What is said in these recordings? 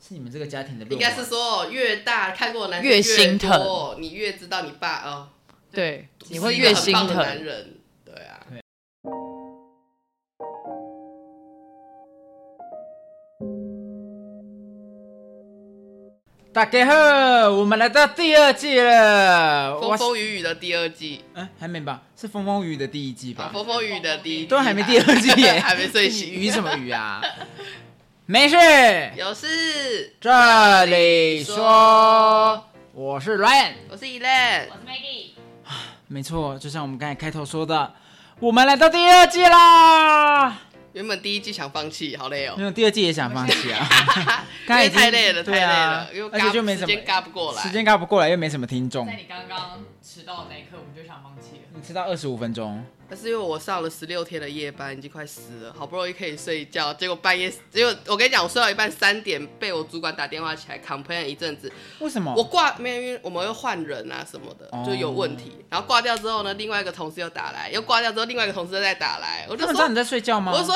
是你们这个家庭的应应该是说哦越大看过的男生越越心疼多，你越知道你爸哦，对，你是会一个越很心棒的疼男。人，对啊。大家好，我们来到第二季了。风我是风雨雨的第二季，嗯，还没吧？是风风雨雨的第一季吧？啊，风风雨雨的第一季都还没第二季耶， 还没 睡醒。雨什么雨 啊？没事，有事，这里说我是 Ryan，我是 e l a 我是 Maggie，没错，就像我们刚才开头说的，我们来到第二季啦。原本第一季想放弃，好累哦没，有，第二季也想放弃啊， 因刚才为已经太累了，太对累啊了，因为而且就没时什么间嘎不过来，时间赶不过来，又没什么听众在。你刚刚迟到的那一刻，我们就想放弃了。你迟到二十五分钟，但是因为我上了十六天的夜班，已经快死了，好不容易可以睡觉，结果半夜，结果我跟你讲，我睡到一半三点，被我主管打电话起来 complain 一阵子，为什么？我挂没有，因为我们会换人啊什么的嗯哦，就有问题。然后挂掉之后呢，另外一个同事又打来，又挂掉之后，另外一个同事又再打来，我他就们知道说你，在睡觉吗？我就说。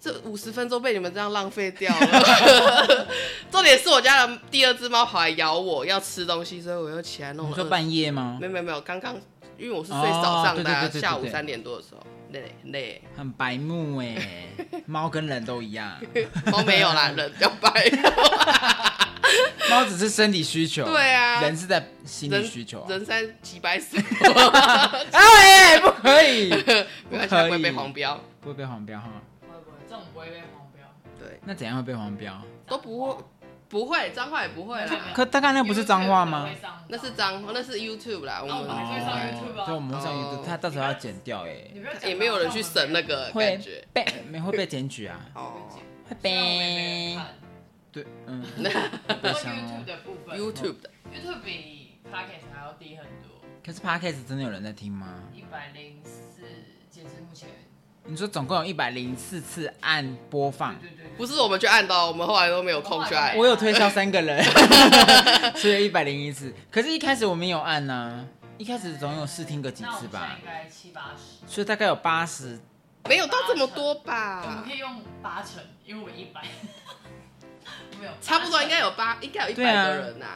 这五十分钟被你们这样浪费掉 了，重点是我家的第二只猫跑来咬我，要吃东西，所以我又起来弄你了说20半夜吗没？有没有没有，刚刚因为我是睡早哦上的、啊对对对对对下午三点多的时候，累累，很白目哎，猫跟人都一 样，猫没有啦，人比较白，猫只是生理需求，对啊 人是在心人理需求啊。人三几百 死，哎，不可 以，没关系，它不会被黄标，不会被黄标哈？不会不会，这种不会被黄标。对，那怎样会被黄标？都不会不会，脏话也不 会没有没啦有，可他刚才不是脏话吗？那是脏话，那是 YouTube 啦，我哦我还是会上们 YouTube 啊对，我们会上哦 YouTube，他到时候要剪掉哎，也没有人去审那个。个会感觉被没会被检举啊？ 哦。会虽然我被没在看对， 嗯，不被过伤哦 YouTube 的部分 YouTube 的， ，YouTube 比 Podcast 还要低很多，可是 Podcast 真的有人在听吗？一百零四，截至目前。你说总共有一百零四次按播放，对对对，不是我们去按的哦，我们后来都没有空去按对我。有推销三个 人，所以一百零一次。可是，一开始我们有按呢、一开始总有试听个几那我次们现在吧应，该七八十，所以大概有八十。没有到这么多我们吧可，以用八成，因为我一百， 没有，差不多应该有八，应该有一对百啊个人呐。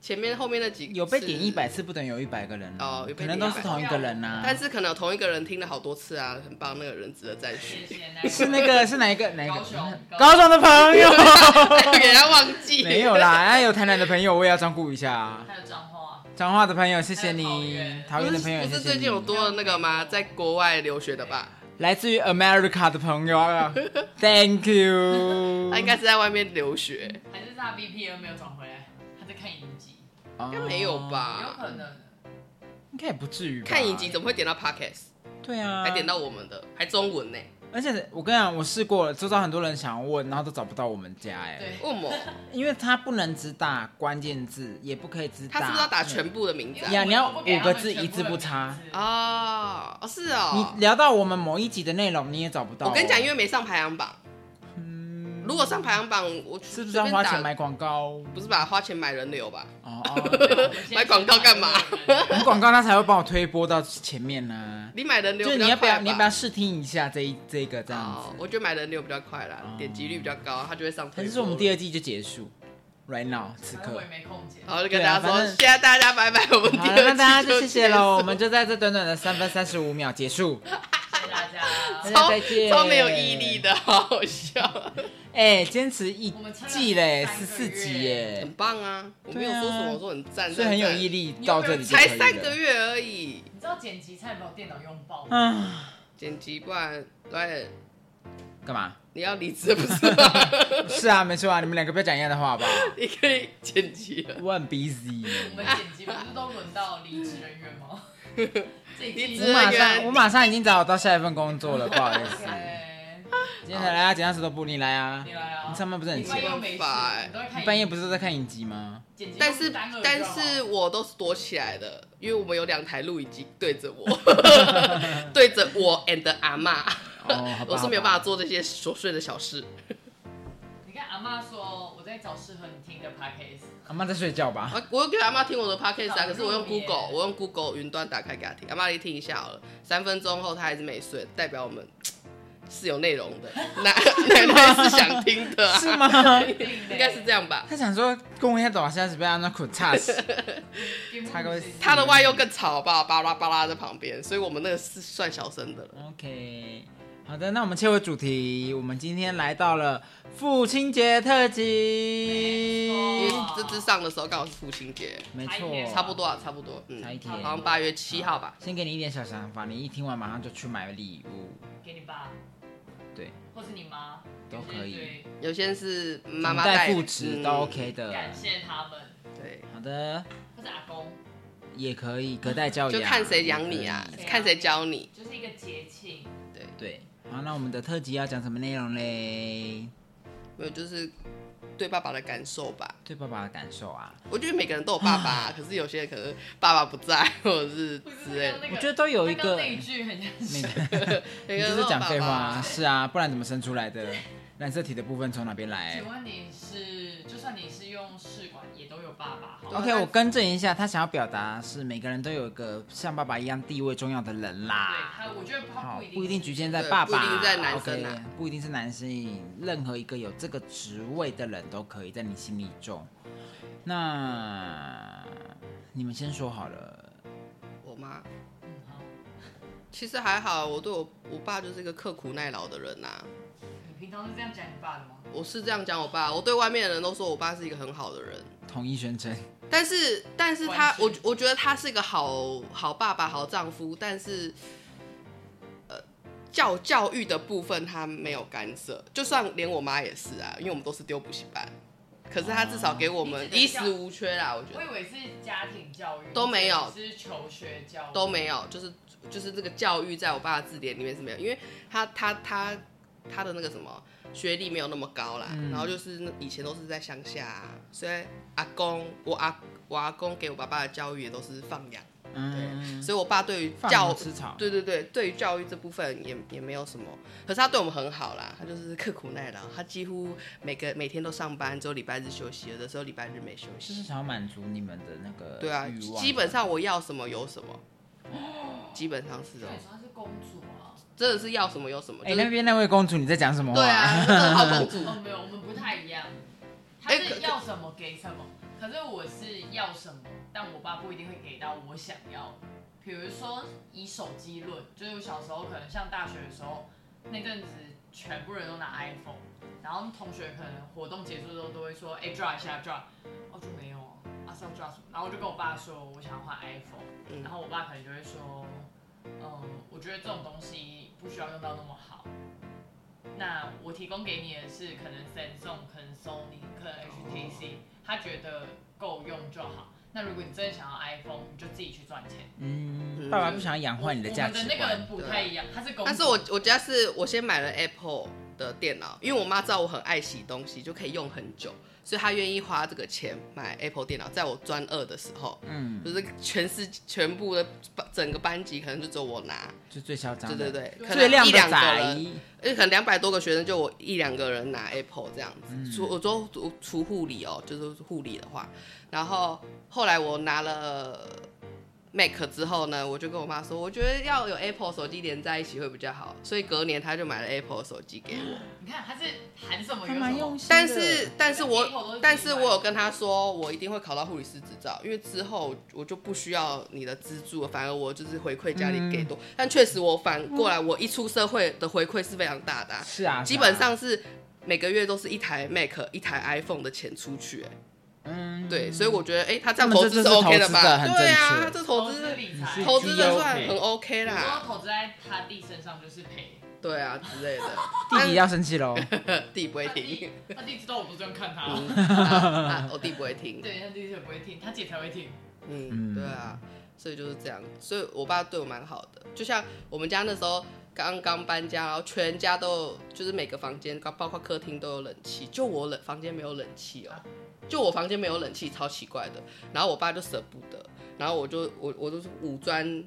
前面后面那几有被是点一百次，不等于有一百个人啊哦有可被能点都是100同一个人呐、但是可能有同一个人听了好多次啊，很棒，那个人值得赞许 谢。谢那是那个个是哪一个哪一个高雄高中的朋友？ 给他忘记没有啦，啊有台南的朋友我也要照顾一下啊，还有脏话，彰化的朋友谢谢还有桃你园，桃园的朋友也 不是谢谢最近有你，多那个吗？在国外留学的吧？来自于 America 的朋友啊，Thank you 他。应该是在外面留学，还是他 VPN 没有转回来，他在看影集，应应该没有？有吧？可能。哦应该也不至于吧。看影集怎么会点到 podcast，对啊，还点到我们的，还中文呢？而且我跟你讲，我试过了，周遭很多人想要问，然后都找不到我们家哎、对，为什么？因为他不能只打关键字，也不可以只打，他是不是要打全部的名字呀啊？你嗯要五个字一字不差哦，哦是哦你。聊到我们某一集的内容，你也找不到哦、我跟你讲，因为没上排行榜。如果上排行榜，我嗯是随不便是要花钱打？买广告？不是吧？花钱买人流吧？哦 哦，买广告干嘛你广告他才会帮我推播到前面呢、你买人流就是比你较要不快要，你要不吧要？试听一下这一这个这样哦子？，我觉得买人流比较快啦哦，点击率比较高，他就会上推播还了。是说我们第二季就结束？Right now，此 反正刻我。也没空间。好，就跟大家对啊说，反正谢谢大家，拜拜。我们第好二了，期那大家就谢谢喽，结束我们就在这短短的三分三十五秒结束。谢谢大大家。家超再见超没有毅力的，好好笑，哎、坚持一我们撑了季嘞，十三个四月集耶很，棒啊！我没有对啊说什么，我说很赞，所以很有毅力，力，到这哦里就可才以三个了。月而已，你知道剪辑差点把我电脑用爆吗？啊，剪辑不然来，干嘛？你要离职了不是 吗？是啊，没错啊，你们两个不要讲一样的话好不好？你可以剪辑了，我很 busy，我们剪辑不是都轮到离职人员 吗？这一离季职我人马员上我马上已经找到下一份工作了，不好意 思。 OK，今天来啊，简单石头布，你来啊哎你。来啊！你上班不是很你半夜又没闲吗事，你都在看你影半夜不是都在看影集吗？剪辑但是单个但就好是我都是躲起来的，因为我们有两台录影机对着 我，对着我 and 阿妈，哦，好吧。我是没有办法法。做这些琐碎的小事。你跟阿妈说，我在找适合你听的 podcast。阿妈在睡觉吧？啊，我有给阿妈听我的 podcast 啊，可是我用很入迷耶 Google，我用 Google 云端打开给她听，阿妈你听一下好了，三分钟后她还是没睡，代表我们是有内容 的，奶奶奶是想听的、啊，是？吗？ 应该是这样吧。他想说，跟我一下倒下是被安娜苦差 死，差个他的外又更吵，好不好？巴拉巴拉在旁边，所以我们那个是算小声的了。 OK，好的，那我们切回主题，我们今天来到了父亲节特辑因为，这支上的时候刚好是父亲节，没差一天错，差不多啊，差不多，嗯，差一天好像八月七号吧。先给你一点小想法，你一听完马上就去买礼物，给你爸，对，或是你妈，都可以，有些人是妈妈代带嗯父职都 OK 就是的。感谢他们，对，好的，或是阿公，也可以隔代教养，就看谁养你啊也可以谁，养看谁教你。就是一个节庆，对，好，那我们的特辑要讲什么内容嘞？没有，就是对爸爸的感受吧。对爸爸的感受啊，我觉得每个人都有爸爸、可是有些人可能爸爸不在，或者是不是之类的。刚刚那个，我觉得都有一刚刚个，那一句很像那是，个每 你就个人都是 有讲废话爸啊，爸是啊，不然怎么生出来的？染色体的部分从哪边来请问你是，就算你是用试管，也都有爸爸啊好吗？ ？OK，我更正一下，他想要表达是每个人都有一个像爸爸一样地位重要的人对啦。他，我觉得他好，不哦不一定是局限在对爸不一爸，定在男生 o 啊 k 不一定是男性，任何一个有这个职位的人都可以在你心里中。那你们先说好了，我妈嗯好其实还好，我对我我爸就是一个刻苦耐劳的人啊呐、你平常是这样讲你爸的吗？我是这样讲我爸，我对外面的人都说我爸是一个很好的人，统一宣称，但是但是他完全我我觉得他是一个好好爸爸、好丈夫，但是呃教教育的部分他没有干涉，就算连我妈也是啊，因为我们都是丢补习班，可是他至少给我哦们你衣只能食无缺啦，我觉我得以为是家庭教育，都没有是求学教育，都没有，就是就是这个教育在我爸的字典里面是没有，因为他他他他的那个什么学历没有那么高啦，嗯然后就是那以前都是在乡下、啊，所以阿公我阿我阿公给我爸爸的教育也都是放养，嗯，所以我爸对于放教牛吃草，对对对，对于教育这部分也也没有什么，可是他对我们很好啦，他就是刻苦耐劳，他几乎每个每天都上班，只有礼拜日休息，有的时候礼拜日没休就是息。想要满足你们的那个对啊欲，望基本上我要什么有什 么，基本上是对，这种，她是公主啊。真的是要什么有什么。哎、就是那边那位公主你在讲什么话？对啊，真的好公 主。哦，没有，我们不太一样。他哎可是要什么给什么，可是我是要什么，但我爸不一定会给到我想要的。比如说以手机论，就是我小时候可能像大学的时候，那阵子全部人都拿 iPhone，然后同学可能活动结束之后都会说，哎、抓 draw 一下 draw，哦就没有啊，啊是要 draw 什么？然后我就跟我爸说我想要换 iPhone，嗯然后我爸可能就会说，嗯，我觉得这种东西不需要用到那么好。那我提供给你的是可能 Samsung、可能 Sony、可能 HTC，他哦觉得够用就好。那如果你真的想要 iPhone，你就自己去赚钱。嗯，嗯爸爸不想要养我坏你的价我值们的那个人观，不太一样，他是公主，但是我我家是我先买了 Apple 的电脑，因为我妈知道我很爱洗东西，就可以用很久，所以她愿意花这个钱买 Apple 电脑。在我专二的时候，嗯，就是全市全部的整个班级可能就只有我拿，就最嚣张的，对对对，可最能亮一的两个哦仔人，，因为可能两百多个学生就我一两个人拿 Apple 这样子。除我做除除护理哦，就是护理的话，然后后来我拿了。Mac 之后呢，我就跟我妈说，我觉得要有 Apple 手机连在一起会比较好，所以隔年她就买了 Apple 手机给我。你看他是含什么还有蛮什用么。心的但是，但是连 Apple 都我是，但自是己买我有跟他说，我一定会考到护理师执照，因为之后我就不需要你的资助了，反而我就是回馈家里给多。但确实，我反过来，我一出社会的回馈是非常大的啊、是啊，基本上是每个月都是一台 Mac、一台 iPhone 的钱出去、哎嗯，对，所以我觉得，哎、他这样他们投这资这是 OK 投的资吧？得很对正啊，确这投投资资理财是，投资的算 GOK 很 OK 如果啦，投资在他弟身上就是赔。对啊之类的。 弟弟要生气喽，但弟不会他 弟听， 他弟知道我都这样看他，嗯啊啊我弟不会听。对，他弟也不会听，他姐才会听。嗯，对啊，所以就是这样，所以我爸对我蛮好的，就像我们家那时候刚刚搬家，然后全家都有，就是每个房间，包括客厅都有冷气，就我冷房间没有冷气啊哦、就我房间没有冷气，超奇怪的。然后我爸就舍不得，然后我就我我就是五专。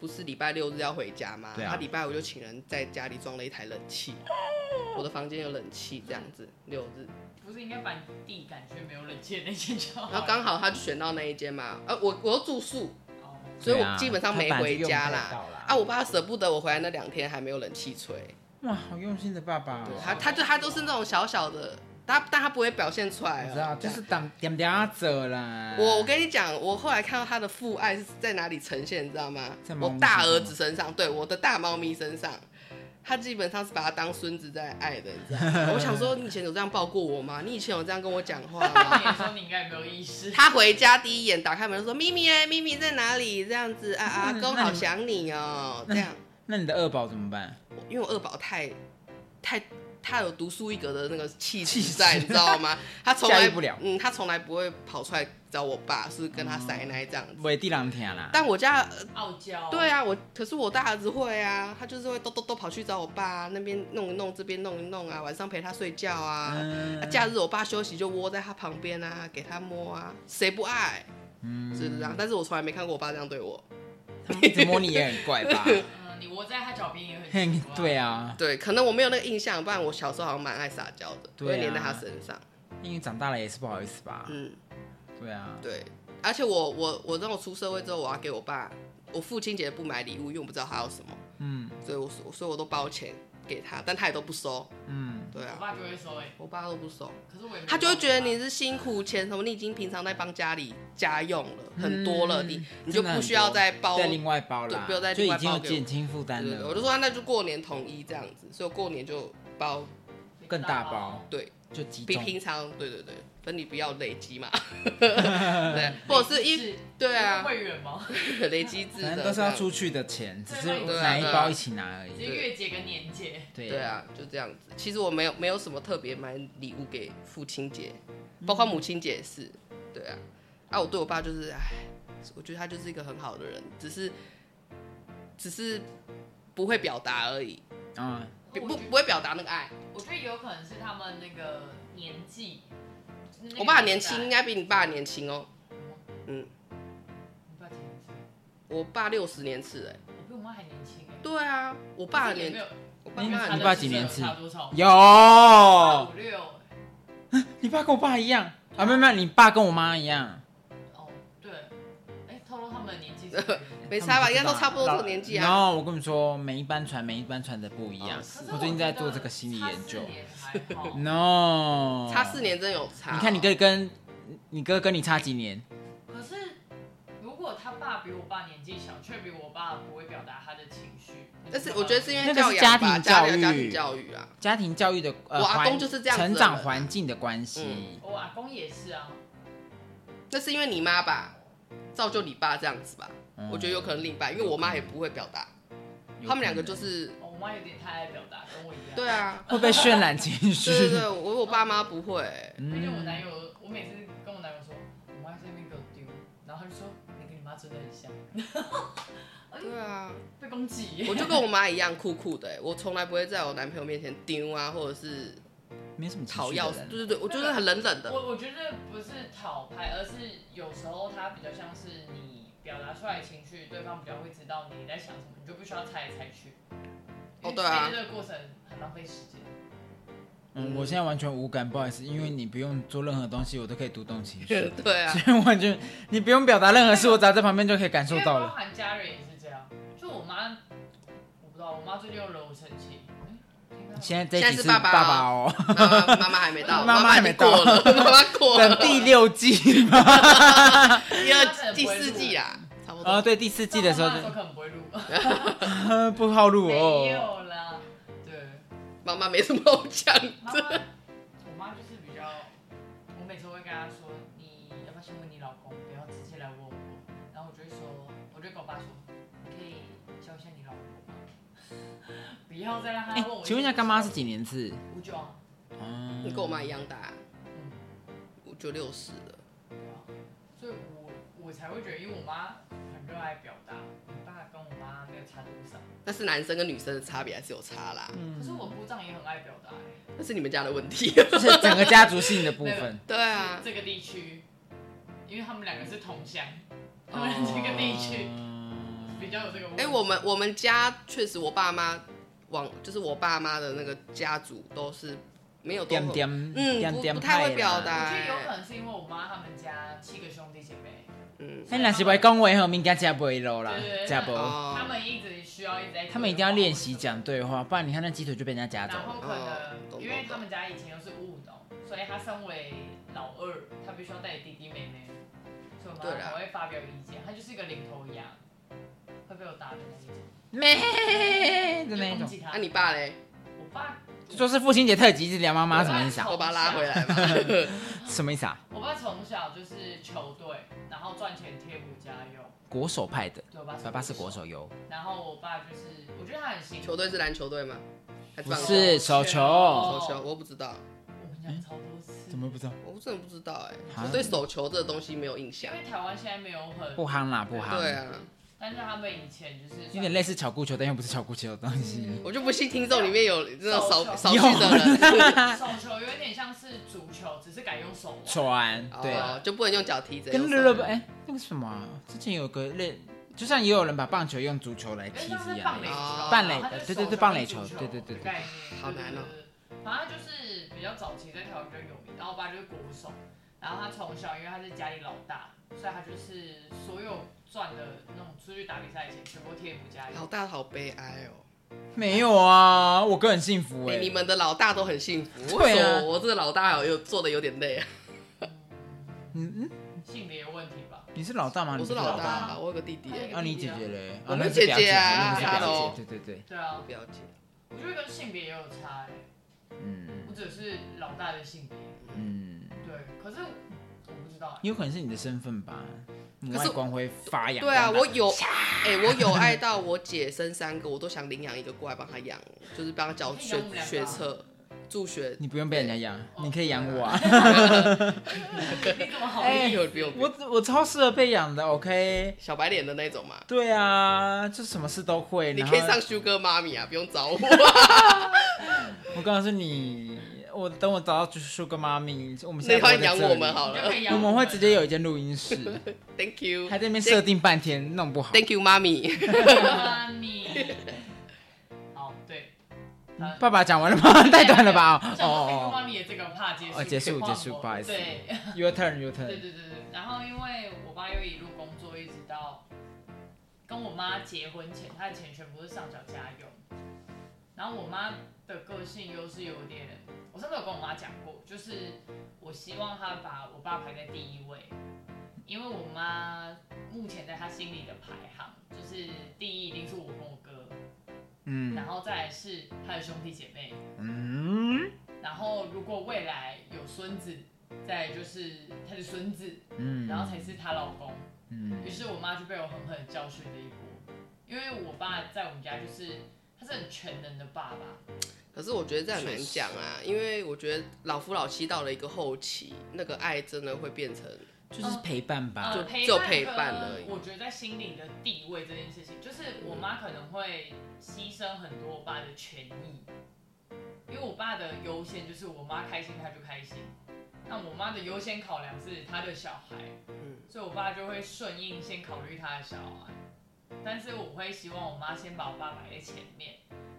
不是礼拜六日要回家吗？对啊他礼拜五就请人在家里装了一台冷气， 我的房间有冷气这样子，六日。不是应该把你弟赶去没有冷气的那间就好？然后刚好他就选到那一间嘛，呃、我我住宿，哦，所以对啊我基本上没回家他本来就用不太到啦啊，我爸舍不得我回来那两天还没有冷气吹，哇，好用心的爸爸、对哦。他他就他都是那种小小的，他但他不会表现出来、哦。我知道，就是当点点啊走啦。我我跟你讲，我后来看到他的父爱是在哪里呈现，你知道吗在？猫我咪大身上儿子身上，对，我的大猫咪身上，他基本上是把他当孙子在爱的，你知道 吗？我想说，你以前有这样抱过我吗？你以前有这样跟我讲话你也吗？ 说你应该也没有意识，他回家第一眼打开门就说：“咪咪哎，咪咪在哪里？”这样子啊，啊阿公 那你好想你哦。这样，那你的二宝怎么办？我因为我二宝太太他有独树一格的那个气气质质在，你知道 吗？他从驾来驭不了嗯，他从来不会跑出来找我爸，是跟他塞奶这样子。喂，地狼听啦。但我家哦呃傲娇。对啊，我可是我大儿子会啊，他就是会都都都跑去找我爸、那边弄一弄，这边弄一弄啊，晚上陪他睡觉啊。啊嗯，假日我爸休息就窝在他旁边啊，给他摸啊，谁不爱？嗯是不是啊这样？但是我从来没看过我爸这样对我。他们一直摸你也很怪 吧？嗯，你窝在他脚边也很嘿奇怪。对啊，对，可能我没有那个印象，不然我小时候好像蛮爱撒娇的，我对啊会黏在他身上。因为长大了也是不好意思吧？嗯，对啊，对。而且我我我让我出社会之后，我要给我爸，我父亲节不买礼物，因为我不知道他要什么，嗯所以我所以我都包钱给他，但他也都不收。嗯，对我啊，爸就会说哎、我爸都不收。可是我也没他就会觉得办法你是辛苦钱什么，你已经平常在帮家里家用了，很多了，嗯你真你就的很不多需要再包。再另外包啦对，不要再就另外已经有包给我减轻负担对对对我了，就说那就过年统一这样子，所以我过年就包，更大包，对，就集比中。平常对对对，分你不要累积 嘛，对，或者是一是对啊，会员吗？累积制反的正都是要这样出去的钱，只是对对啊拿一对啊包一起拿而只已。是月结跟年结，对对，啊，就这样子。其实我没有没有什么特别买礼物给父亲节，包括母亲节也是。对啊，啊，我对我爸就是，唉，我觉得他就是一个很好的人，只是只是不会表达而已，嗯，不我不觉得不会表达那个爱。我觉得有可能是他们那个年纪。就是那个我爸年轻，应年代，该比你爸年轻哦。嗯，我爸几年轻我爸六十年次哎。我比我妈还年轻哎。对啊，我爸也年没有，我爸因为妈差很你的爸几几岁年有次差多少？有五。六欸。你爸跟我爸一样啊？没有没有，你爸跟我妈一样，哦，对，哎，透露他们的年纪 是不是。没差吧？应该都差不多这老个年纪然啊。后我跟你说，每一班船每一班船的不一样哦。是可是我最近在做这个心理研究觉得差四年还好 No，差四。年真有差哦。你看你哥跟你哥跟你差几年？可是如果他爸比我爸年纪小，却比我爸不会表达他的情绪，但是我觉得是因为那教个是养吧，家庭教家庭育家庭教育啊，家庭教育的呃，我阿公环就是这样子的成人长环境的关系嗯。我阿公也是啊，那是因为你妈吧，造就你爸这样子吧，我觉得有可能另一半，因为我妈也不会表达，嗯有他们两可个能就是哦我妈有点太爱表达，跟我一样。对，啊，会被渲染情绪。对 对对，我我爸妈不会，而且我嗯，男友，我每次跟我男友说，我妈在那边给我丢，然后他就说你跟你妈真的很像，对啊，被攻击耶。我就跟我妈一样酷酷的、欸我从来不会在我男朋友面前丢啊，或者是没什么情讨绪的要，人对对对，我就是很冷冷的， 我我觉得不是讨拍，而是有时候他比较像是你表达出来的情绪，对方比较会知道你在想什么，你就不需要猜来猜去。哦对啊因为猜这个过程很浪费时间。嗯，我现在完全无感，不好意思，因为你不用做任何东西，我都可以读懂情绪，对啊， 所以完全你不用表达任何事，我只要在旁边就可以感因受为到包了。含家人也是这样，就我妈，我不知道，我妈最近又惹我生气。哎听到现在这一集现在是是爸爸爸爸哦，妈妈妈妈还没 到，妈妈妈还已经没到过了， 妈妈过了等第六季吧。第二第四季啊啦，差不 哦，多，对，第四季的时候到我妈就可能不会录，呃 不好录没哦。有啦。对，妈妈没什么好讲妈的。妈，哦我妈就是比较，我每次会跟她说，你要不要先问你老公，不要直接来问我。然后我就会说，我就跟我爸说，你可以教一下你老公吗？ 不要再让他哎问我。，请问一下，干妈是？几年次？五九啊，哦你跟我妈一样大、嗯，我就六十了。对啊。所以我我才会觉得，因为我妈很热爱表达，我爸跟我妈没有差多少。但是男生跟女生的差别还是有差啦，嗯可是我姑丈也很爱表达、欸，那是你们家的问题。就是整个家族性的部分。 对啊，这个地区，因为他们两个是同乡，他哦们这个地区比较有这个 问哎、题。我们我们家确实，我爸妈往就是我爸妈的那个家族都是没有多点点，嗯，点不点不太派会啦表。我达觉得。有可能是因为我妈他们家七个兄弟姐妹，嗯，哎咱若是袂讲话吼，物件食袂落啦对对，对食无。哦他们一直需要一直在。他们一定要练习。讲对话，不然你看那鸡腿就被人家夹走然了。后可哦能因为懂他们家以前又是五五农，所以他身为老二，他必须要带弟弟妹妹，所以我对妈啦才会发表意见。他就是一个领头羊，会被我打的那一种，咩的那就一攻种，击他。啊那、你爸嘞？我爸，就说是父亲节特辑，一直聊妈妈对什么意思啊好我？把他拉回来吧。什么意思啊？我爸从小就是球队，然后赚钱贴补家用。国手派的，对，我爸嗯爸爸是国手哟，然后我爸就是，我觉得他很辛 苦。球队是篮球队吗？还不棒球是手球，手手球，我不知道，哦我们讲超多次。不知道？我真的不知道哎、啊我对手球这个东西没有印因象。为台湾现在没有很，不夯啦，不夯。对，啊，但是他们以前就是有点类似巧固球，但又不是巧固球的东西。我就不信听众里面有这种少手球少数的人，手球，有点像是足球，只是改用手腕。传，对，哦，就不能用脚踢着。跟用手乐乐棒，哎，那个什么啊，之前有个类，就像也有人把棒球用足球来因为踢像是一是样哎的意棒垒思。球哦啊，棒垒它就对是对对手球棒垒跟足球对对对对的概念好难哦。对对对对反正他就是比较早期在台湾比较有名，然后我爸就是国手，然后他从小因为他是家里老大，所以他就是所有赚的那种出去打比赛的钱全部贴补家老用。大好悲哀哦。没有啊，我个人幸福哎、哎。你们的老大都很幸福，为对什啊么我这个老大有做的有点累啊？嗯，嗯，性别问题吧，你是老大吗？我你不是老老大吗啊，我有个弟弟、哎啊，你姐姐嘞？啊我那们你是表姐姐啊那你是表 hello 姐，对对对，对啊，不了解。我觉得跟性别也有差哎、嗯不只是老大的性别，嗯，对，可是我不知道 哎、有可能是你的身份吧，母可爱是光辉发扬对光大。啊，我有，哎、我有爱到我姐生三个，我都想领养一个过来帮她养，就是帮她缴你可以学养我们两个学车、助学。你不用被人家养，哦你可以养我啊！你怎么好意哎思？有有有 我我超适合被养的，OK？小白脸的那种嘛，对啊，就什么事都会。你然可后以上 Sugar 妈咪啊，不用找我。我告诉你，我等我找到 Sugar 妈咪，我们那 现要在养我们好你就可了以我养啊们会直接有有一间录音室， ，Thank you，还在那边设定半天，弄不好。 Thank you，妈咪。妈咪。好，对，爸爸讲完了吗？ 太短了吧？我哦想说听说哦妈咪也这个怕结束，哦结束换我结束不好意思对，哦，Your turn，Your 对 turn。对对对。然后因为我爸又一路工作，一直到跟我妈结婚前，他的钱全部是上缴家用。然后我妈的个性又是有点，我上次有跟我妈讲过，就是我希望她把我爸排在第一位，因为我妈目前在她心里的排行就是第一一定是我跟我哥，嗯然后再来是他的兄弟姐妹，嗯然后如果未来有孙子，再来就是他的孙子，嗯，然后才是她老公。嗯于是我妈就被我狠狠地教训了一波，因为我爸在我们家就是他是很全能的爸爸，可是我觉得这很难讲啊，因为我觉得老夫老妻到了一个后期，那个爱真的会变成就是陪伴吧，呃啊就就跟陪伴而已嗯我觉得在心里的地位这件事情，就是我妈可能会牺牲很多我爸的权益，因为我爸的优先就是我妈开心他就开心，那我妈的优先考量是他的小孩，嗯所以我爸就会顺应先考虑他的小孩，但是我会希望我妈先把我爸摆在前面，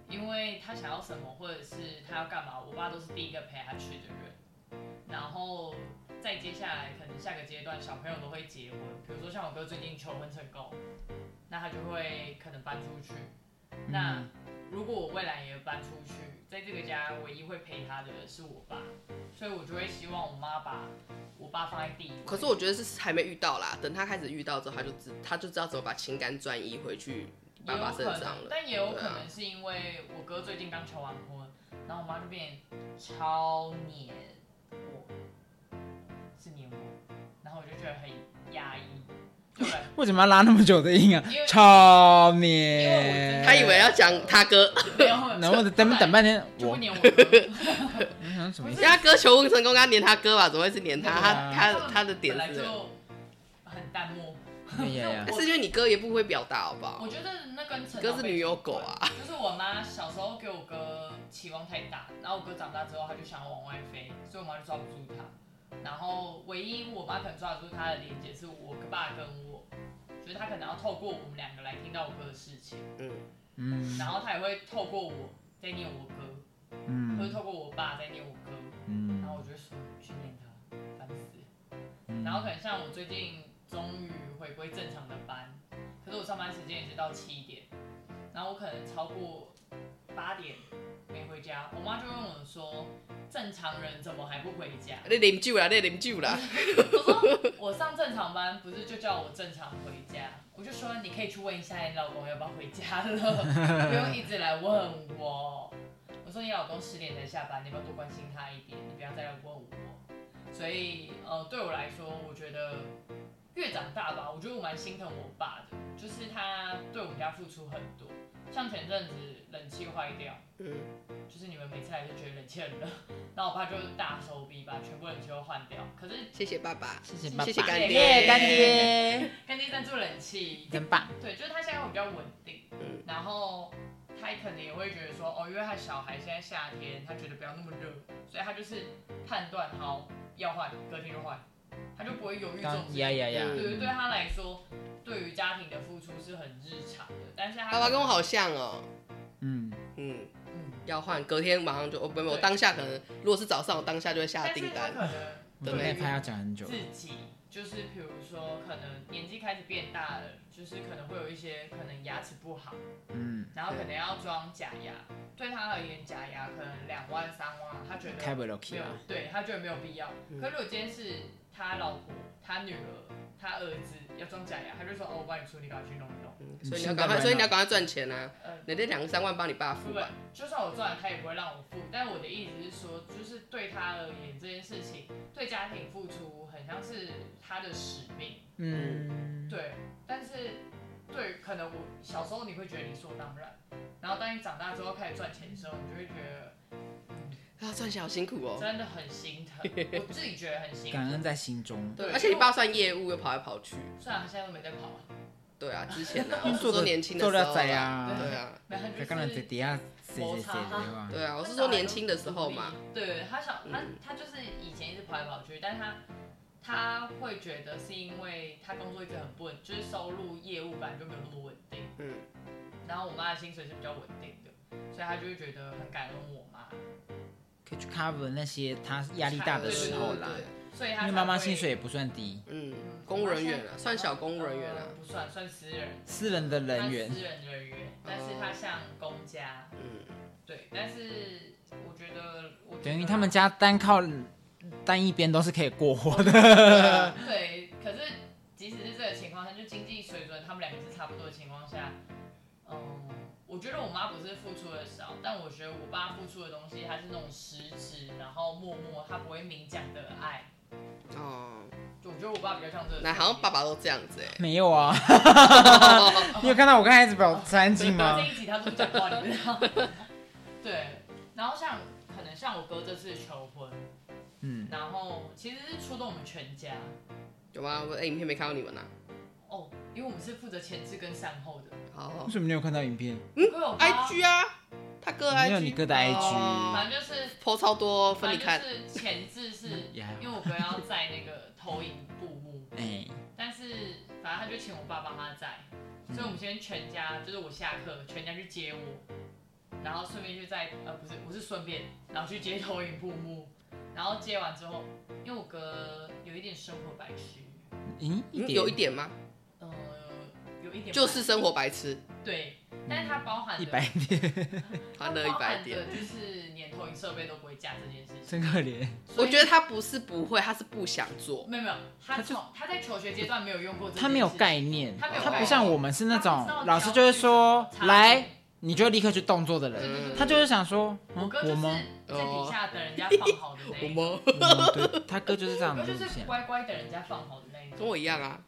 因为他想要什么或者是他要干嘛，我爸都是第一个陪他去的人。然后再接下来，可能下个阶段小朋友都会结婚，比如说像我哥最近求婚成功，那他就会可能搬出去。那如果我未来也搬出去，在这个家唯一会陪他的是我爸，所以我就会希望我妈把我爸放在第一位。可是我觉得是还没遇到啦，等他开始遇到之后，他就知他就知道怎么把情感转移回去也爸有爸可身能，上了。但也有可对啊能是因为我哥最近刚求完婚，然后我妈就变超黏我，是黏我，然后我就觉得很压抑，对不对？为什么要拉那么久的音啊因为？超因为黏，我啊他以为要讲他 哥，没有， 然后等等半天，就不我黏我哥，嗯想什么意思？他哥求婚成功，他黏他哥吧，怎么会是黏他？他他他们他的点啊本来是这个，就很淡漠。哎呀呀但！是因为你哥也不会表达，好不我好？觉得那跟成哥长是背女景友有狗关啊，就是我妈小时候给我哥期望太大，然后我哥长大之后他就想要往外飞，所以我妈就抓不住他。然后唯一我妈可能抓得住他的连接是我爸跟我，就是他可能要透过我们两个来听到我哥的事情，嗯，嗯然后他也会透过我在念我哥，或者嗯透过我爸在念我哥，然后嗯我就会说去念他，烦死了。然后可能像我最近终于回归正常的班，可是我上班时间也是到七点，然后我可能超过八点没回家，我妈就问我说：“正常人怎么还不回家你啉酒啦，你啉酒啦，？”我上正常班不是就叫我正常回家，我就说你可以去问一下你老公要不要回家了，不用一直来问我。我说你老公十点才下班，你要不要多关心他一点？你不要再来问我。所以呃，对我来说，我觉得越长大吧，我觉得我蛮心疼我爸的，就是他对我们家付出很多。像前阵子冷气坏掉，嗯，就是你们每次来就觉得冷气很热，然后我爸就大手笔把全部冷气都换掉。可是谢谢爸爸，谢谢爸爸，谢谢干爹耶干爹，干爹赞助冷气，真棒。对，就是他现在会比较稳定，嗯然后他可能也会觉得说，哦，因为他小孩现在夏天，他觉得不要那么热，所以他就是判断好要换，隔天就换，他就不会犹豫这种刚事呀情。呀呀，嗯对，对他来说，对于家庭的付出是很日常的，但是他爸爸跟我好像哦、嗯，嗯，嗯，要换，隔天马上就，我哦没有，我对当下可能，如果是早上，我当下就会下但是订他单，可能我对觉没得他要讲很久。自己就是，比如说可能年纪开始变大了，就是可能会有一些可能牙齿不好，嗯，然后可能要装假牙，对他而言假牙可能两万三万，他觉开得不了没 key 有啊。，对他觉得没有必要。嗯可如果今天是他老婆、他女儿、他儿子要装假牙，他就说哦，我帮你处理，赶快去弄一弄。嗯所以你要赶快，所以你要赶快赚钱啊，呃，嗯你这两三万帮你爸付不吧，就算我赚了，他也不会让我付。但我的意思是说，就是对他而言这件事情，对家庭付出很像是他的使命。嗯，对，但是对，可能我小时候你会觉得理所当然，然后当你长大之后开始赚钱的时候，你就会觉得啊，赚钱好辛苦哦、真的很心疼，啊 我自己觉得很心感疼。恩在心中。对，而且你爸算业务，又跑来跑去。虽然他现在都没在跑，对啊，之前 啊，因我为是做说的年轻的做时候了啦仔。啊，对啊，没有，他他刚才就在是底下谁谁谁的话，对啊，我是说年轻的时候嘛。对他想他嗯他就是以前一直跑来跑去，但他他会觉得是因为他工作一直很不稳，就是收入业务本来就没有那么稳定，嗯，然后我妈的薪水是比较稳定的，所以他就会觉得很感恩我妈，可以去 cover 那些他压力大的时候啦对。对对所以因他为妈妈才会薪水也不算低，嗯，公务人员啊，算小公务人员啊呃。不算算私人私人的人他员私人人员，但是他像公家，嗯，对，但是我觉得我觉得等于他们家单靠单一边都是可以过活的。对，可是即使是这个情况下，就经济水准他们两个是差不多的情况下，嗯，我觉得我妈不是付出的少，但我觉得我爸付出的东西，他是那种实质，然后默默，他不会明讲的爱。哦，就我觉得我爸比较像这个，那好像爸，爸都这样子哎。没有啊，你有看到我刚开始表安静吗那这？一集他都不讲话，你知道吗？ 对，然后像可能像我哥这次求婚，嗯，然后其实是出动我们全家有吗？我哎，影片没看到你们呐。哦，因为我们是负责前置跟善后的。好为什么你有看到影片？嗯，IG ，IG 啊，他哥的 IG。没有你哥的 IG 哦反正就是，po 超多分反你看。正就是前置是嗯也还好因为我哥要在那个投影布幕，哎，但是反正他就请我爸帮他载，嗯所以我们先全家就是我下课全家去接我，然后顺便去载呃不是我是顺便然后去接投影布幕，然后接完之后，因为我哥有一点生活白痴，咦，一嗯点有一点吗？呃有一点就是生活白痴，对，但是他包含一的百点，他他乐一包百含点的。就是连投影设备都不会架这件事情，真可怜。我觉得。得他不是不会，他是不想做。没有没有，他他就从他在求学阶段没有用过这件事情，他没有概念，他没有他概不念像我们是那他种不知道老师就会说教育是什么来，你就立刻去动作的人，嗯他就是想说，我嗯哥，我就是 吗？在底下等人家放好的那我一种，吗？ 嗯对，他哥就是这样我的哥路就是线。乖乖等人家放好的那一种，跟我一样啊。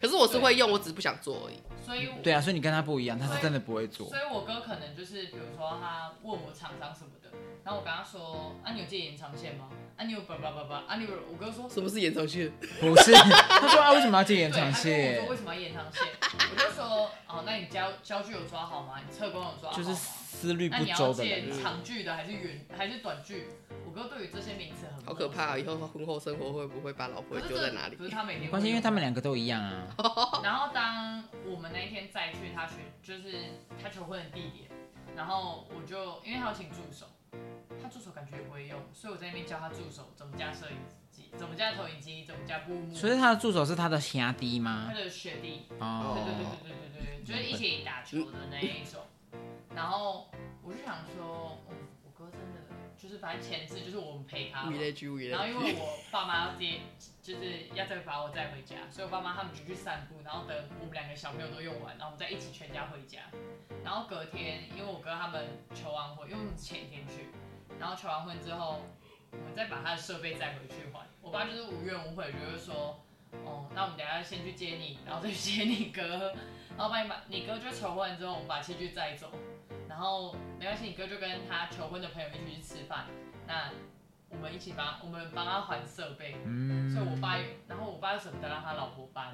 可是我是会用，我只是不想做而已。所以我对啊，所以你跟他不一样，他是真的不会做所。以我哥可能就是比如说他问我厂商什么的，然后我跟他说啊你有借延长线吗？啊你有叭叭叭叭啊你有我哥说什么是延长线？不是， 他说啊，为什么要借延对，长他跟我线说？为什么要延长线？我就说哦那你胶胶具有抓好吗？你测光有抓好吗？就是思虑那不你要周的借人啊。长距的还是远还是短距？我哥对于这些名词很好可啊！怕、啊！以后婚后生活会不会把老婆可是丢这在哪里不？是他每天会用，没关系，因为他们两个都一样啊。哦然后当我们那一天再去他学，就是他求婚的地点，然后我就因为他有请助手，他助手感觉也不会用，所以我在那边教他助手怎么加摄影机，怎么加投影机，怎么加布幕，所以他的助手是他的兄弟他吗？的学弟，对对哦，对对对对对，就是一起打球的那一种。然后我就想说，哦，我哥真的就是反正前置就是我们陪他五嘛一，类居，五一类然后因居。为我爸妈要接，就是要再把我载回家，所以我爸妈他们就去散步，然后等我们两个小朋友都用完，然后我们再一起全家回家。然后隔天，因为我哥他们求完婚，因为我们前一天去，然后求完婚之后，我们再把他的设备载回去还。我爸就是无怨无悔，就是说，哦，那我们等一下先去接你，然后再去接你哥，然后把你把你哥就求婚之后，我们把器具载走，然后没关系，你哥就跟他求婚的朋友一起去吃饭，那我们一起帮我们帮他还设备，嗯，所以我爸，然后我爸又舍不得让他老婆搬，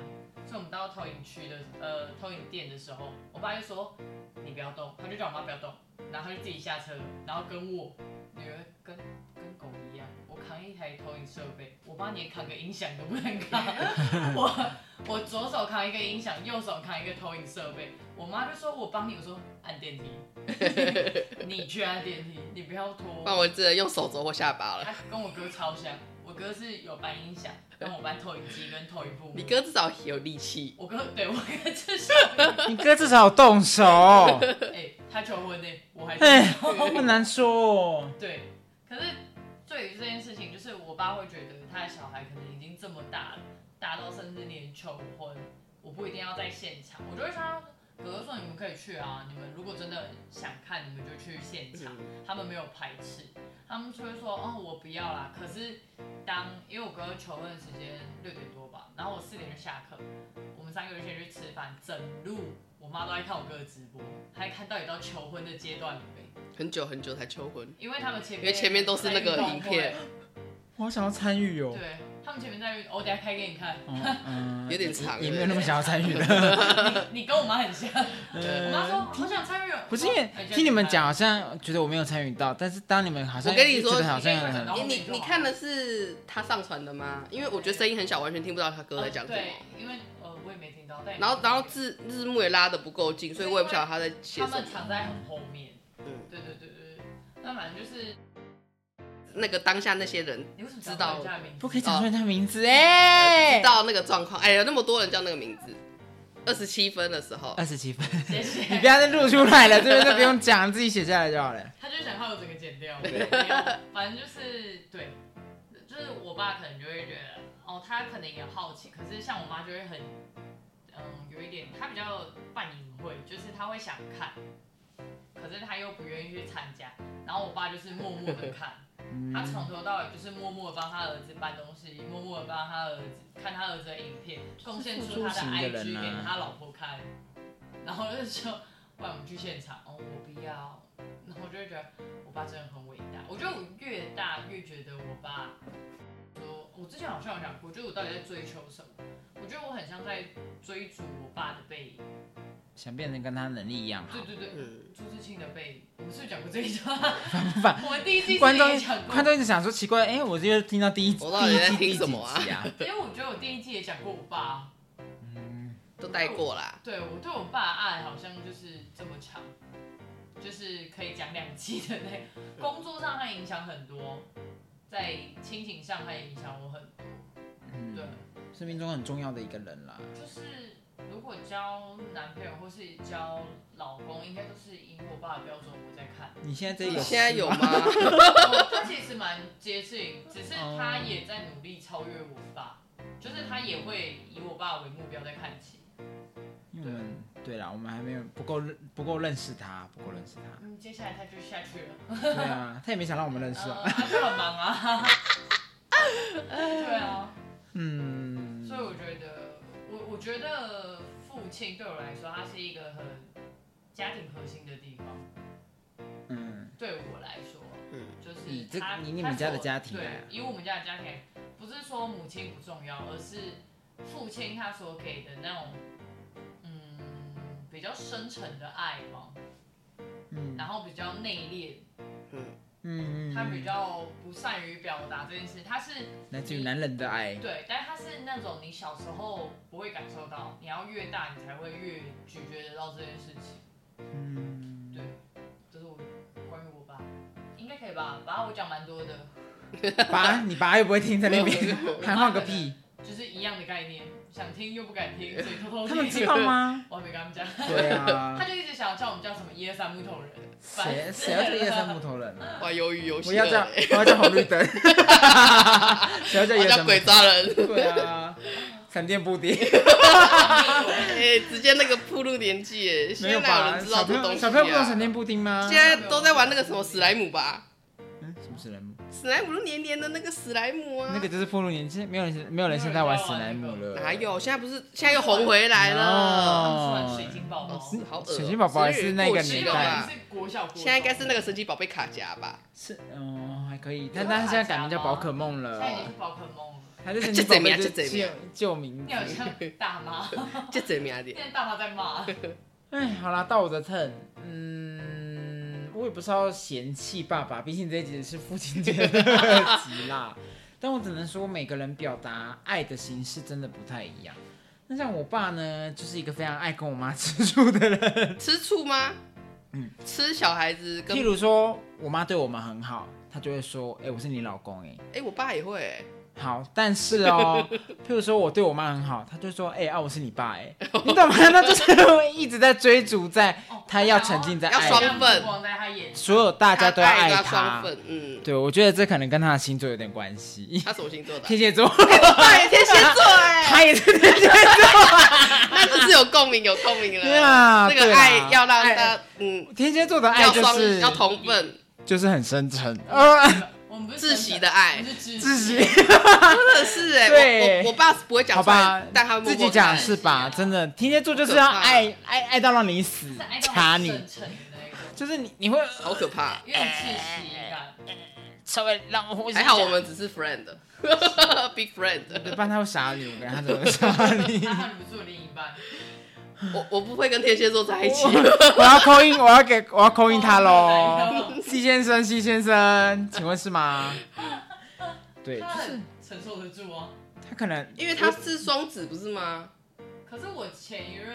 所以我们到投影区的呃投影店的时候，我爸就说你不要动，他就叫我妈不要动，然后他就自己下车，然后跟我女儿跟跟狗一样，我扛一台投影设备，我爸连扛个音响都不能扛，我我左手扛一个音响，右手扛一个投影设备，我妈就说我帮你，我说按电梯， 你去按电梯，你不要拖。那我只能用手肘或下巴了。他哎跟我哥超像，我哥是有搬音响，跟我搬投影机跟投影布你。哥至少有力气，我哥对我哥就是，你哥至少有动 手，哎、他求婚呢、我还哎是，很难说哦。对。可是对于这件事情，就是我爸会觉得他的小孩可能已经这么大了，大到甚至连求婚，我不一定要在现场，我就会说，哥哥说你们可以去啊，你们如果真的想看，你们就去现场。他们没有排斥，他们就会说，哦，我不要啦。可是当因为我哥求婚的时间六点多吧，然后我四点就下课，我们三个就先去吃饭，整路我妈都在看我哥的直播，还看到底到求婚的阶段了没？很久很久才求婚。因为他们前因面为前面都是那个在运动影片会，我好想要参与哦。对他们前面在运，我等一下开给你看。哦嗯有点长也也没有那么想要参 与的。 你你跟我妈很像，我妈说好想参与哦，不是因为听你们讲，好像觉得我没有参与到，但是当你们好像我跟你说觉得好像你可以很然后你面你就你好嗯看的是他上传的吗？因为我觉得声音很小，完全听不到他哥在讲什对么。，因为呃我也没听到，但也然后然后没听到字字幕也拉的不够近，所以我也不晓得他在写他什们么。藏在很后面。嗯对对对对对，那反正就是那个当下那些人你为什么知道讲出来人家的名字？不可以讲出来他名字哎哦知。道那个状况，哎呀，那么多人叫那个名字，二十七分的时候，二十七分， 谢谢。你不要再录出来了，这边都不用讲，自己写下来就好了。他就想把我整个剪掉，没有反正就是对，就是我爸可能就会觉得，哦，他可能也好奇，可是像我妈就会很，嗯，有一点，他比较半隐晦，就是他会想看，可是他又不愿意去参加，然后我爸就是默默 的看。嗯他从头到尾就是默默的帮他儿子搬东西，默默的帮他儿子看他儿子的影片，贡献出付出他型的 IG 人啊给他老婆看，然后就说，不然我们去现场，哦，我不要， 然后我就会觉得我爸真的很伟大。我觉得我越大越觉得我爸，说我之前好像有讲过，就是我到底在追求什么？我觉得我很像在追逐我爸的背影，想变成跟他能力一样啊好呃对。对对，嗯，朱自清的背影，我们是不是讲过这一段？ 反 我们第一季是不观是众也讲过观，众一直想说奇怪，哎，我就听到第一第我到底一在季第听几什么啊集啊？因为我觉得我第一季也讲过我爸。都带过啦。对我对我爸的爱好像就是这么长，就是可以讲两期的 那个。工作上他影响很多，在亲情上他也影响我很多。嗯对，生命中很重要的一个人啦。就是如果交男朋友或是交老公，应该都是以我爸的标准我在 看。你现在这你个现在有吗？哦他其实蛮接近，只是他也在努力超越我爸，就是他也会以我爸为目标在看齐。 因为我们对啦，我们还没有不够认不够认识他，不够认识他。嗯，接下来他就下去 了。对啊，他也没想让我们认识 呃，啊。他就很忙 啊。对啊， 嗯，所以我觉得，我我觉得父亲对我来说，他是一个很家庭核心的地方。嗯，对我来说，嗯就是以这他以你们家的家庭他所来啊对，以我们家的家庭来，不是说母亲不重要，而是父亲他所给的那种，嗯，比较深沉的爱嘛，嗯然后比较内敛，嗯嗯，他比较不善于表达这件事，他是来自于男人的爱。对，但它是那种你小时候不会感受到，你要越大你才会越咀嚼得到这件事情。嗯，对，这是我关于我爸，应该可以以吧？反正我讲蛮多的，拔你拔又不会听在那边 没有没有，还换个屁，就是一样的概念，想听又不敢听，所以偷偷听。他们知道 吗？我还没跟他们讲，对他啊，就一直想要叫我们叫什么一二三木头人，烦谁死谁了要叫夜深木头人啊？ 哇，鱿鱼游戏我要叫了我要叫红绿 灯，谁要叫我夜叫深木鬼头？抓人， 对啊，闪电布丁哎，直接那个铺路年纪耶，没现有在哪有吧？人知道小这朋友东西小朋友不懂啊闪？电布丁吗现？在都在玩那个什么史莱姆吧？嗯，什么史莱姆？史莱姆就黏黏的那个史莱姆啊，那个就是暴露年纪，没有人没有人现在玩史莱姆了。哪啊有？现在不是现在又红回来了哦？他们是玩水晶宝宝，是好恶哦水晶宝宝也是那个是年只有有代你吧是国小国中，现在应该是那个神奇宝贝卡夹吧？ 是，嗯，还可以，但但是现在改名叫宝可梦现了，在已经是宝可梦了，还是神奇宝贝就救救名你好像大 妈，就这样的现。在大妈在骂，哦哎，好啦，到我的 turn，嗯，我也不是要嫌弃爸爸，毕竟这一集是父亲节的特辑啦。但我只能说，每个人表达爱的形式真的不太一样。那像我爸呢，就是一个非常爱跟我妈吃醋的人。吃醋吗？嗯，吃小孩子跟譬如说，我妈对我们很好，她就会说：“哎、我是你老公哎、哎、我爸也会、欸，好，但是哦， 譬如说我对我妈很好，她就说：“哎、啊，我是你爸哎、 你懂吗？那就是一直在追逐在哦她要沉浸在要爱双里，份光在他眼所有大家都要爱爱他她双。份，嗯，对，我觉得这可能跟她的星座有点关 系。他什么星座的啊？天蝎座，对，天蝎座、哎，她也是天蝎 那就是有共鸣，有共鸣了。对啊那对个啦爱要让爱他，嗯，座，天蝎座的爱要就双、是要同嗯份，就是很深沉，呃，我们不是窒息的爱我们自是窒息己。真的是哎、对我我我爸不会讲好出吧来，但他，默自默己讲看是吧？自己啊真的，天蝎座就是要好可怕爱爱爱到让你死是爱，到查很你，深沉的那个，就是你你会好可怕。有点窒息 感。稍微让我呼吸一下还好我们只是 friend，big friend。不然他会杀你，我跟他怎么会杀你？他很不住另一半，我我不会跟天蝎座在一起， 我要扣音，我要给我要扣音他哦喽。C 先生，C 先生，请问是吗？对，就他是很承受得住啊。他可能因为他是双子不是吗？可是我前一任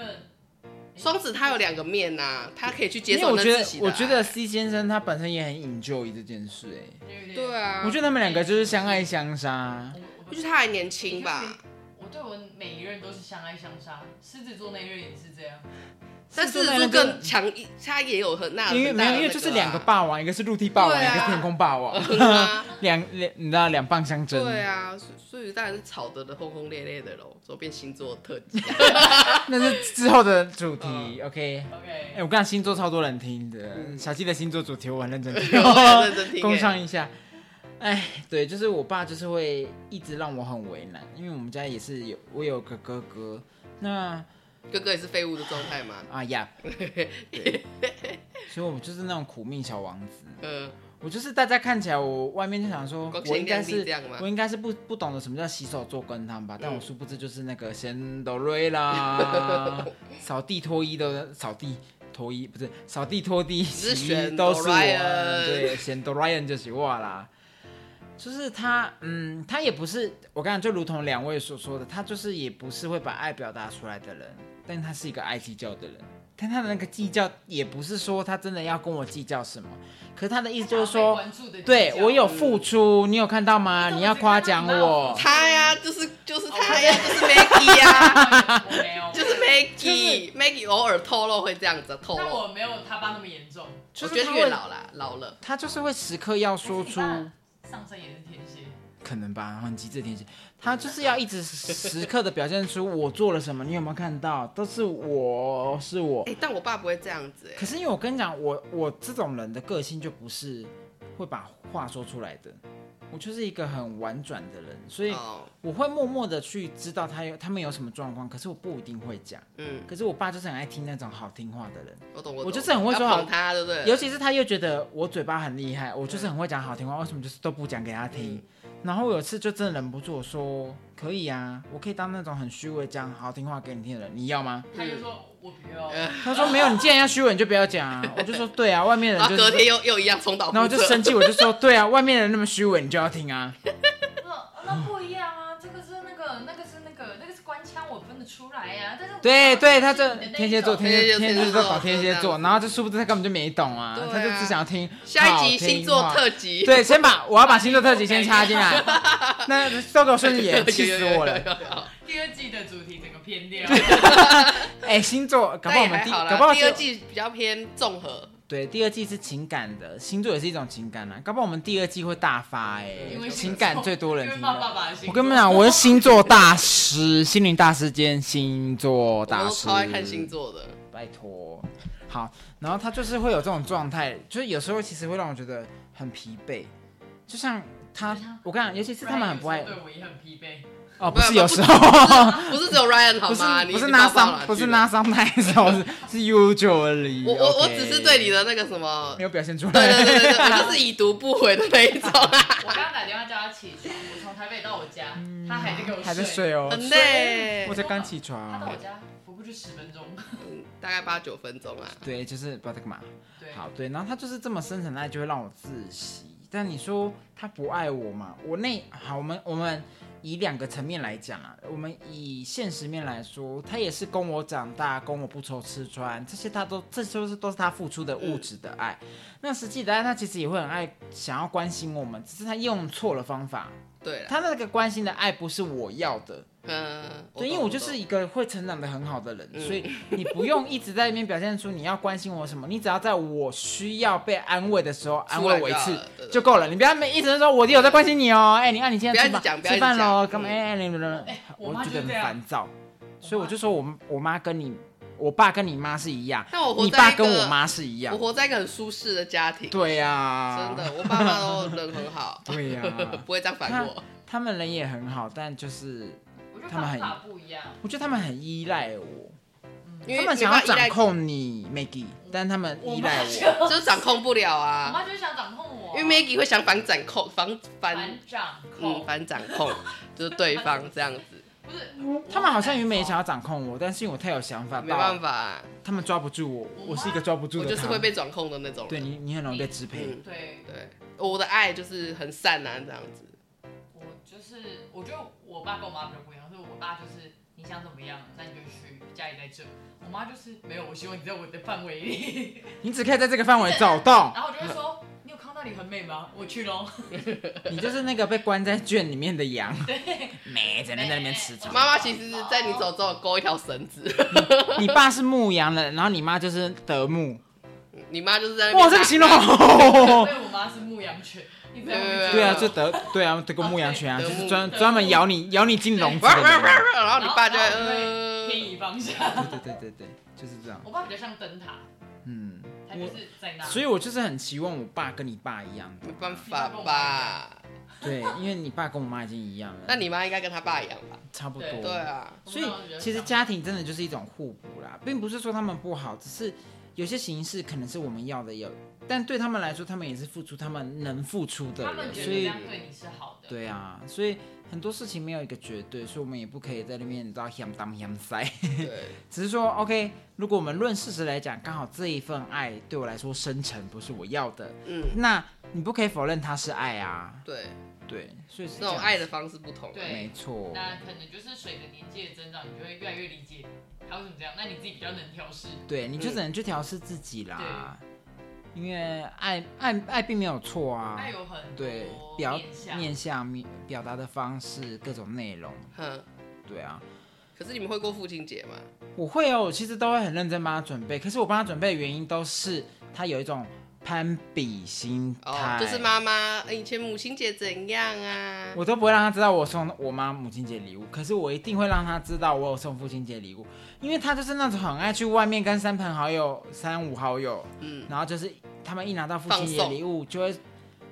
双子他有两个面呐、他可以去接因为受我那觉自得己的爱。我觉得 C 先生他本身也很 enjoy 这件事、哎，有点，对啊，我觉得他们两个就是相爱相杀我，我我觉得他还年轻吧，我对我每一任都是相爱相杀，狮子座那一任也是这样。但狮是子座座那个更强一，他也有很那啊因为没有，因为就是两个霸王，一个是陆地霸王，对啊一个天空霸王，很啊，两两你知道两棒相争。对啊，所所以当然是吵得的轰轰烈烈的喽，左边星座特 辑，那是之后的主题。OK，哎、嗯 OK，我刚星座超多人听的，小鸡的星座主题我很认真听， 我认真听欸工商一下。哎，对，就是我爸就是会一直让我很为难，因为我们家也是有我有个哥哥，那哥哥也是废物的状态嘛，啊 呀，对，所以我们就是那种苦命小王子。嗯，我就是大家看起来我外面就想说，光鲜我应该亮丽是这样吗嗯我应该是不不懂得什么叫洗手做羹汤吧，但我殊不知就是那个仙斗瑞 啦，扫地拖衣的扫地。拖衣不是扫地拖地，是洗衣选都是我 Dorian 对，选 Dorian 就是我啦。就是他，嗯，他也不是我刚才就如同两位所说的，他就是也不是会把爱表达出来的人，但他是一个爱计较的人。但他的那个计较也不是说他真的要跟我计较什么，可是他的意思就是说，他被关注的比较对我有付出，你有看到吗？你你怎么要夸奖我知道，他呀，就是就是他哦呀，就是 Maggie 呀、我没 有，就是 Maggie，Maggie 偶尔透露会这样子透但露，我没有他爸那么严重。就我是觉他得会越老啦，老了。他就是会时刻要说出，上身也是天蝎，可能吧，很极致的天蝎，他就是要一直时刻的表现出我做了什么，你有没有看到？都是我是我哎、。但我爸不会这样子、欸，可是因为我跟你讲，我我这种人的个性就不是会把话说出来的，我就是一个很婉转的人，所以哦，我会默默的去知道他有他们有什么状况，可是我不一定会讲。嗯，可是我爸就是很爱听那种好听话的人，我懂，我我懂就是很会要说好捧他，对不对？尤其是他又觉得我嘴巴很厉害，我就是很会讲好听话，为什么就是都不讲给他听？嗯然后我有一次就真的忍不住，我说可以啊，我可以当那种很虚伪讲好听话给你听的人，你要 吗？他就说我不要，呃他说没有，你既然要虚伪，你就不要讲啊。我就说对啊，外面的然人后就隔是，天又又一样重蹈覆辙，然后我就生气，我就说对啊，外面的人那么虚伪，你就要听啊。那那不一样啊，这个是那个，那个是那个，那个是官腔但我分得出来呀、但是我对对，不他是这你的那一天蝎座，种天蝎天蝎天蝎座座哦搞天蝎这样座，子然后这殊不知他根本就没懂啊，对啊他就只想听下一集好听星座话特辑，对，先把我要把星座特辑先插进 来，那都给我顺序演，气死我有有有了。有有有第二季的主题整个偏掉，哎，星座搞不但好也我们还第好搞不好啦，第二就季比较偏综合，对第二季是情感的，星座也是一种情感啊，搞不好我们第二季会大发哎因为，情感最多人因为听爸爸的。爸的星座我跟你们讲，我是星座大师，心灵大师兼星座我们大都师，超爱看星座的。拜托。好，然后他就是会有这种状态，就是有时候其实会让我觉得很疲惫，就像他就像，我跟你讲，尤其是他们很不爱对我也很疲惫。哦，不不是不有时候，啊不是只有 Ryan 好不是吗？你啊 不是你拿爆爆伤了不是巨人拿伤太少， 是是 usually 我我我 OK 只是对你的那个什么没，有表现出对对来，对对，对我就是已读不回的那一 种啊，我刚刚打电话叫他起床，我从台北到我家，他还在给我嗯 还在，睡哦，很累我，才刚起他到我床。家不过就十分钟。嗯大概八九分钟啊。对，就是不知道在干嘛。对，好，对，然后他就是这么深层的爱，就会让我窒息。但你说他不爱我嘛？我那好，我们我们以两个层面来讲啊，我们以现实面来说，他也是供我长大，供我不愁吃穿，这些他都，这都是都是他付出的物质的爱。那实际的爱，他其实也会很爱，想要关心我们，只是他用错了方法。对了，他那个关心的爱不是我要的，嗯，对，因为我就懂是一个会成长的很好的人，嗯所以你不用一直在那边表现出你要关心我什么，你只要在我需要被安慰的时候安慰我一出次来就好了对对就够了。你不要每一直说我有在关心你哦，哎，你看你现在不要一直讲不要一吃直饭喽，讲干嘛？嗯哎，哎你们哎，我我妈觉就得很这样烦躁，所以我就说我我妈跟你，我爸跟你妈是一样，但我活你在爸一个跟我妈是一样我，活在一个很舒适的家庭，对啊呀，真，的，我爸妈都人很好 对呀不会这样烦我。他们人也很好，但就是我觉得他们方很法不一样。我觉得他们很依赖我。因为他们想要掌，控你，Maggie，但他们依赖我。就是掌控不了 我啊。妈就是想掌控我，因 为 Maggie 会想反掌控，反反反掌嗯控，反掌控， 就是对方这样子，不是他们好像原本也想要掌控我，但是因为我太有想法，没办，法啊，他们抓不住我，我是一个抓不住我的。就是会，被掌控的那种对人。你，你很容易被支配。嗯，对。对，我的爱就是很善啊良这样子。我就是，我觉得我爸跟我妈比较不一样，所以我爸就是你想怎么样，那你就去，家里在这。我妈就是没有，我希望你在我的范围里。你只可以在这个范围走动，然后我就会说，你有看到你很美吗？我去喽。你就是那个被关在圈里面的羊，没整天在那边吃草。妈妈其实是在你走之后勾一条绳子， 你爸是牧羊人，然后你妈就是德牧。你妈就是在那边哇，这个打形容好所。以我妈是牧羊犬，你不要误解哦对啊，就德对啊，这个牧羊犬啊，就是专专门咬你咬你进 笼子的人。然后你爸就会然后呃，偏移方向。对对对对，就是这样。我爸比较像灯塔，嗯，他就我是在那。所以我就是很期望我爸跟你爸一样，没办法吧？对，因为你爸跟我妈已经一样了，那你妈应该跟她爸一样吧？差不多。对对啊，所以其实家庭真的就是一种互补啦，并不是说他们不好，只是有些形式可能是我们要的有，但对他们来说，他们也是付出他们能付出的他人，们觉得所这以样对你是好的。对啊，所以很多事情没有一个绝对，所以我们也不可以在那边你知道嫌当嫌塞。对， 只是说，OK，如果我们论事实来讲，刚好这一份爱对我来说深沉，不是我要的，嗯，那你不可以否认它是爱啊，对，对，所以是这那种样爱的方式不同。啊对没错，那可能就是随着年纪的增长，你就会越来越理解他为什么这样。那你自己比较能调试。对，你就嗯只能去调试自己啦，因为爱爱爱并没有错啊，爱有很多对面，表向面向面表达的方式，各种内容，嗯，对啊，可是你们会过父亲节吗？我会哦，我其实都会很认真帮他准备，可是我帮他准备的原因都是他有一种攀比心态，哦，就是妈妈，哎以前母亲节怎样啊？我都不会让他知道我送我妈母亲节礼物，可是我一定会让他知道我有送父亲节礼物，因为他就是那种很爱去外面跟三朋好友、三五好友，嗯，然后就是他们一拿到父亲节放送礼物就会，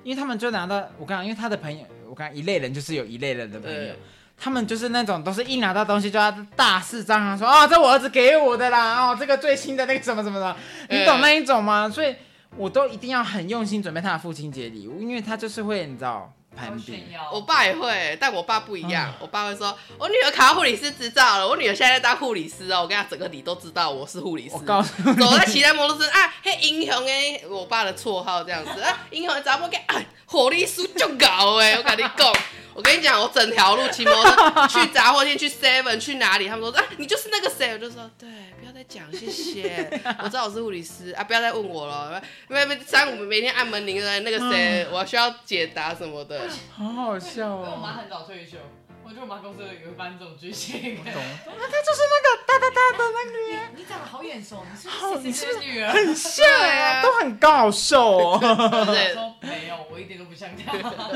因为他们就拿到我刚刚，因为他的朋友，我刚刚一类人就是有一类人的朋友对，他们就是那种都是一拿到东西就要大肆张扬说啊、这我儿子给我的啦，哦，这个最新的那个什么什么的，你懂嗯那一种吗？所以我都一定要很用心准备他的父亲节礼物，因为他就是会你知道他攀会比炫。耀。我爸也会，但我爸不一嗯样，我爸会说，我女儿考到护理师执照了，我女儿现在在当护理师哦，我跟她整个里都知道我是护理师。我告诉你，走在骑在摩托车啊，嘿英雄诶，我爸的绰号这样子啊，英雄的查某囝啊，火力输足高诶，我跟你讲，我跟你讲，我整条路骑摩托车去杂货店、去 Seven、去哪里，他们说啊，你就是那个谁，我就说对，不要再讲，谢谢，我知道我是护理师啊，不要再问我了，因为三五每天按门铃的那个嗯谁，我需要解答什么的。 好好笑因为我妈哦。很早退休，我觉得我妈公司有一般这种剧情我。懂，那他就是那个大大大的那个人，你长得好眼熟，你是 好不是哦你谁是不谁是谁的女儿？很像啊，都很高好瘦哦。我对说没有，我一点都不像她。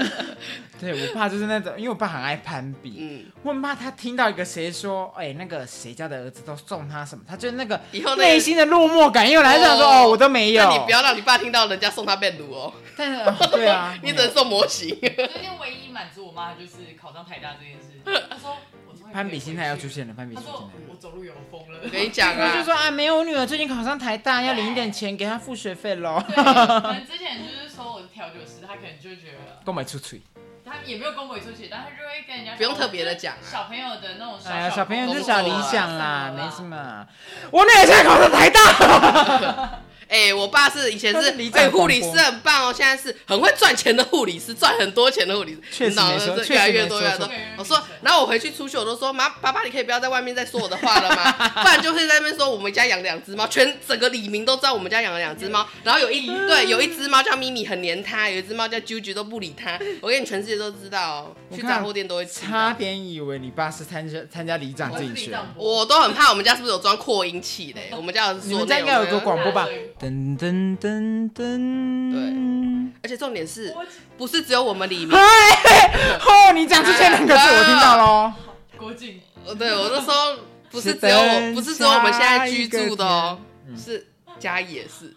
对我爸就是那种，因为我爸很爱攀比，嗯，我很怕他听到一个谁说，哎、那个谁家的儿子都送他什么，他就那个以后那个内心的落寞感又来，想说哦哦，我都没有。那你不要让你爸听到人家送他被炉哦，，但是、哦对啊 你只能送模型。最近唯一满足我妈的就是考上台大这件事。她说我终于可以攀比心态要出回现了，攀比去了。她心态要出说现了。我走路有风 了。我跟你讲他就啊，说哎啊，没有，我女儿最近考上台大，要领一点钱给她付学费 喽。对，可能之前就是说我是调酒师，她可能就觉得购买出去，她也没有跟我出去，但她就会跟人家不用特别的讲啊小朋友的那种小哎呀，小朋友就是小理想啦，没什啊么。么。我女儿现在考上台大，哎、我爸是以前他是是里长哎护、理公师公很棒哦，现在是很会赚钱的护理师，赚很多钱的护理师，确实脑没错子确实越来越没多错越来越多确实。我说没错，然后我回去出去我都说妈爸爸，你可以不要在外面再说我的话了吗？不然就是在那边说我们家养两只猫，全整个李明都知道我们家养了两只嗯猫，然后有一对有一只猫叫咪咪很黏他，有一只猫叫啾啾都不理他，我跟你全世界都知道哦，我去看杂货店都会吃差点以为你爸是参加参加里长我是竞李选。长博，我都很怕我们家是不是有装扩音器嘞？我们家有你说们家应该有个广播吧我是？噔噔噔噔。对。而且重点是我不是只有我们李明？哦，你讲出这两个字，我听到喽。郭靖，呃，对我那时候不是是只有我，等不是只有我们现在居住的哦下一个，嗯天是嘉义也是，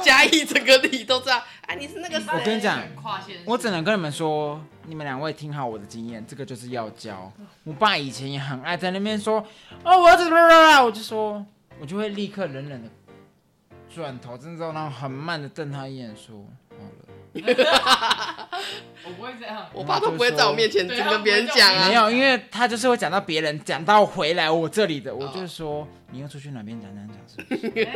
嘉义整个里都知道。啊，你是那个谁？我跟你讲跨线，我只能跟你们说，你们两位听好我的经验，这个就是要教。我爸以前也很爱在那边说，哦，我儿子怎么了，我就说，我就会立刻冷冷的转头，真的然后很慢的瞪他一眼，说，哦好了，我不会这样。我爸都不会在我面前对这么跟别人讲啊没啊。有，因为他就是会讲到别人，讲到回来我这里的，我就说，你又出去哪边讲讲讲是不是？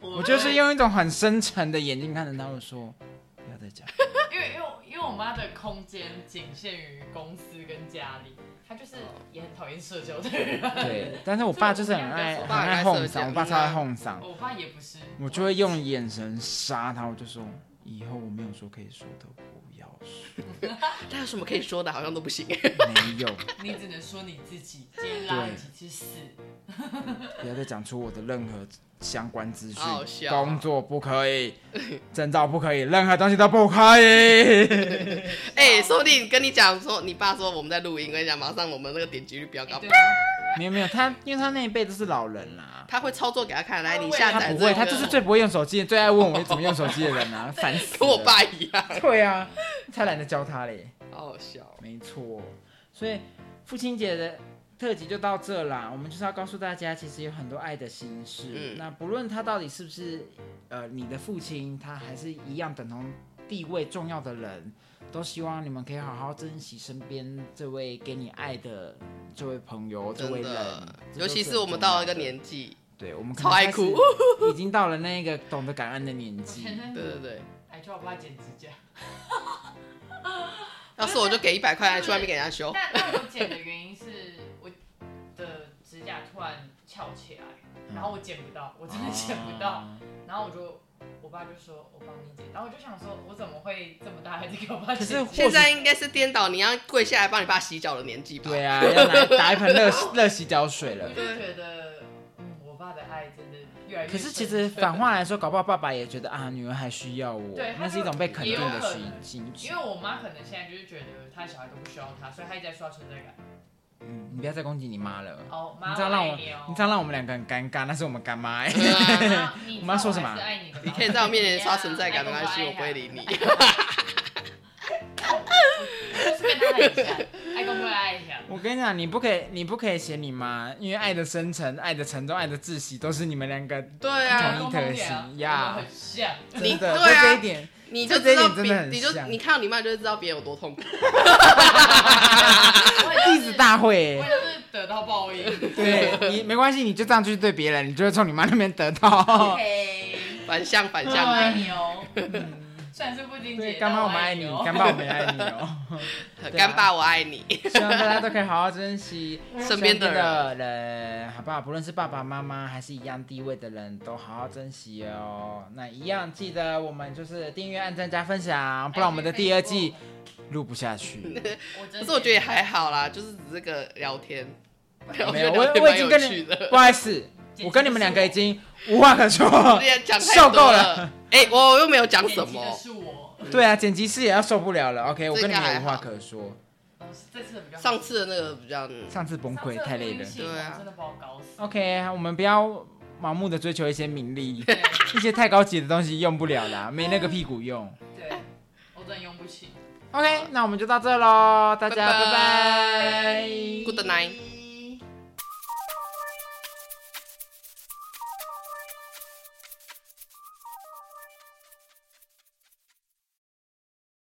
我就是用一种很深沉的眼睛看着他们说，不要再讲，因为因为我因为我妈的空间仅限于公司跟家里，她就是哦也很讨厌社交 的人。对，但是我爸就是很爱我很爸很爱爱社哄嗓，交我爸超爱哄嗓。我爸也不是，我就会用眼神杀他，我就说以后我没有说可以说的，不要说，他有什么可以说的？好像都不行。没有，你只能说你自己，今天拉你几次屎，不要再讲出我的任何相关资讯好好笑，哦工作不可以，证照不可以，任何东西都不可以。 哎，说不定跟你讲说，你爸说我们在录音，我跟你讲，马上我们那个点击率比较高哎对。啊吗？没有没有，他因为他那一辈都是老人啦、他会操作给他看，来他你会下他载不这会，个，他就是最不会用手机，最爱问我怎么用手机的人啊，烦死了。跟我爸一样，对啊，才懒得教他嘞。好好笑哦。没错，所以父亲节的特辑就到这啦。我们就是要告诉大家，其实有很多爱的形式。嗯那不论他到底是不是呃你的父亲，他还是一样等同地位重要的人，都希望你们可以好好珍惜身边这位给你爱的这位朋友、这位人真的。，这尤都其很是我们重到要了一个的，年纪，对我们可超能爱开始哭已经到了那个懂得感恩的年我 纪。前阵对对子对。还叫我爸剪指甲，要是我就给一百块去外面给人家修。但但我剪的原因是我的指甲突然翘起来，然后我剪不到，我真的剪不到。啊然后我就，我爸就说我帮你剪，然后我就想说，我怎么会这么大还在给我爸可剪？是现在应该是颠倒，你要跪下来帮你爸洗脚的年纪吧？对啊，要拿打一盆热热洗脚水了我。就觉得，嗯，我爸的爱真的越来越深。可是其实反话来说，搞不好爸爸也觉得啊，女儿还需要我对，他那就是一种被肯定也有的可心能心情因。为我妈可能现在就是觉得她小孩都不需要她，所以她一直在刷存在感。嗯，你不要再攻击你妈了，哦，妈，你这样让我，爱你哦你这样让我们两个很尴尬，那是我们干妈 欸。对啊，妈你我妈说什么知道我还是爱你的吧哎你可以在我面前刷存在感，没关系，我不会。理 你。就是跟她很像，爱公不爱一下。我跟你讲，你不可以，你不可以嫌你妈，因为爱的深沉、爱的沉重、爱的窒息，都是你们两个对啊啊，同一特性呀我们很像。你真的。对就这啊一 点，你就知这道一点真的别，很你就像你看到你妈就会知道别人有多痛苦。我弟也就是子大会我欸。也是得到报应。对你没关系，你就这样去对别人， 你就会从你妈那边得到。 OK，反向反啊我爱向，你哦。虽然是不经嗯对，解，干妈但我我们爱你，哦干妈我们也爱你哦。对啊啊干爸我爱你，希望大家都可以好好珍惜嗯身边的人的人，好不好？不论是爸爸妈妈还是一样地位的人，都好好珍惜哦。那一样记得我们就是订阅、按赞、加分享，不然我们的第哎二季录不下 去。我真可的是我觉得也还好啦，就是只是个聊天，聊没有，天我聊天我已蛮经有跟趣你 的，不好意思，简直我跟你们是两个我已经无话可说我。也讲太受多够了了。哎，我又没有讲剪什辑 的么，是我，对啊，剪辑师也要受不了了。OK，我这跟你应该们也还无话好可说。哦这次比较好上次的那个比较嗯上次啊崩溃上次的太累录音了。系统对啊真的把我搞死。 OK，我们不要盲目的追求一些名利，对一些太高级的东西用不了啦，没那个屁股用。对，我真的用不起。 OK，那我们就到这喽，大家拜拜拜，Good night。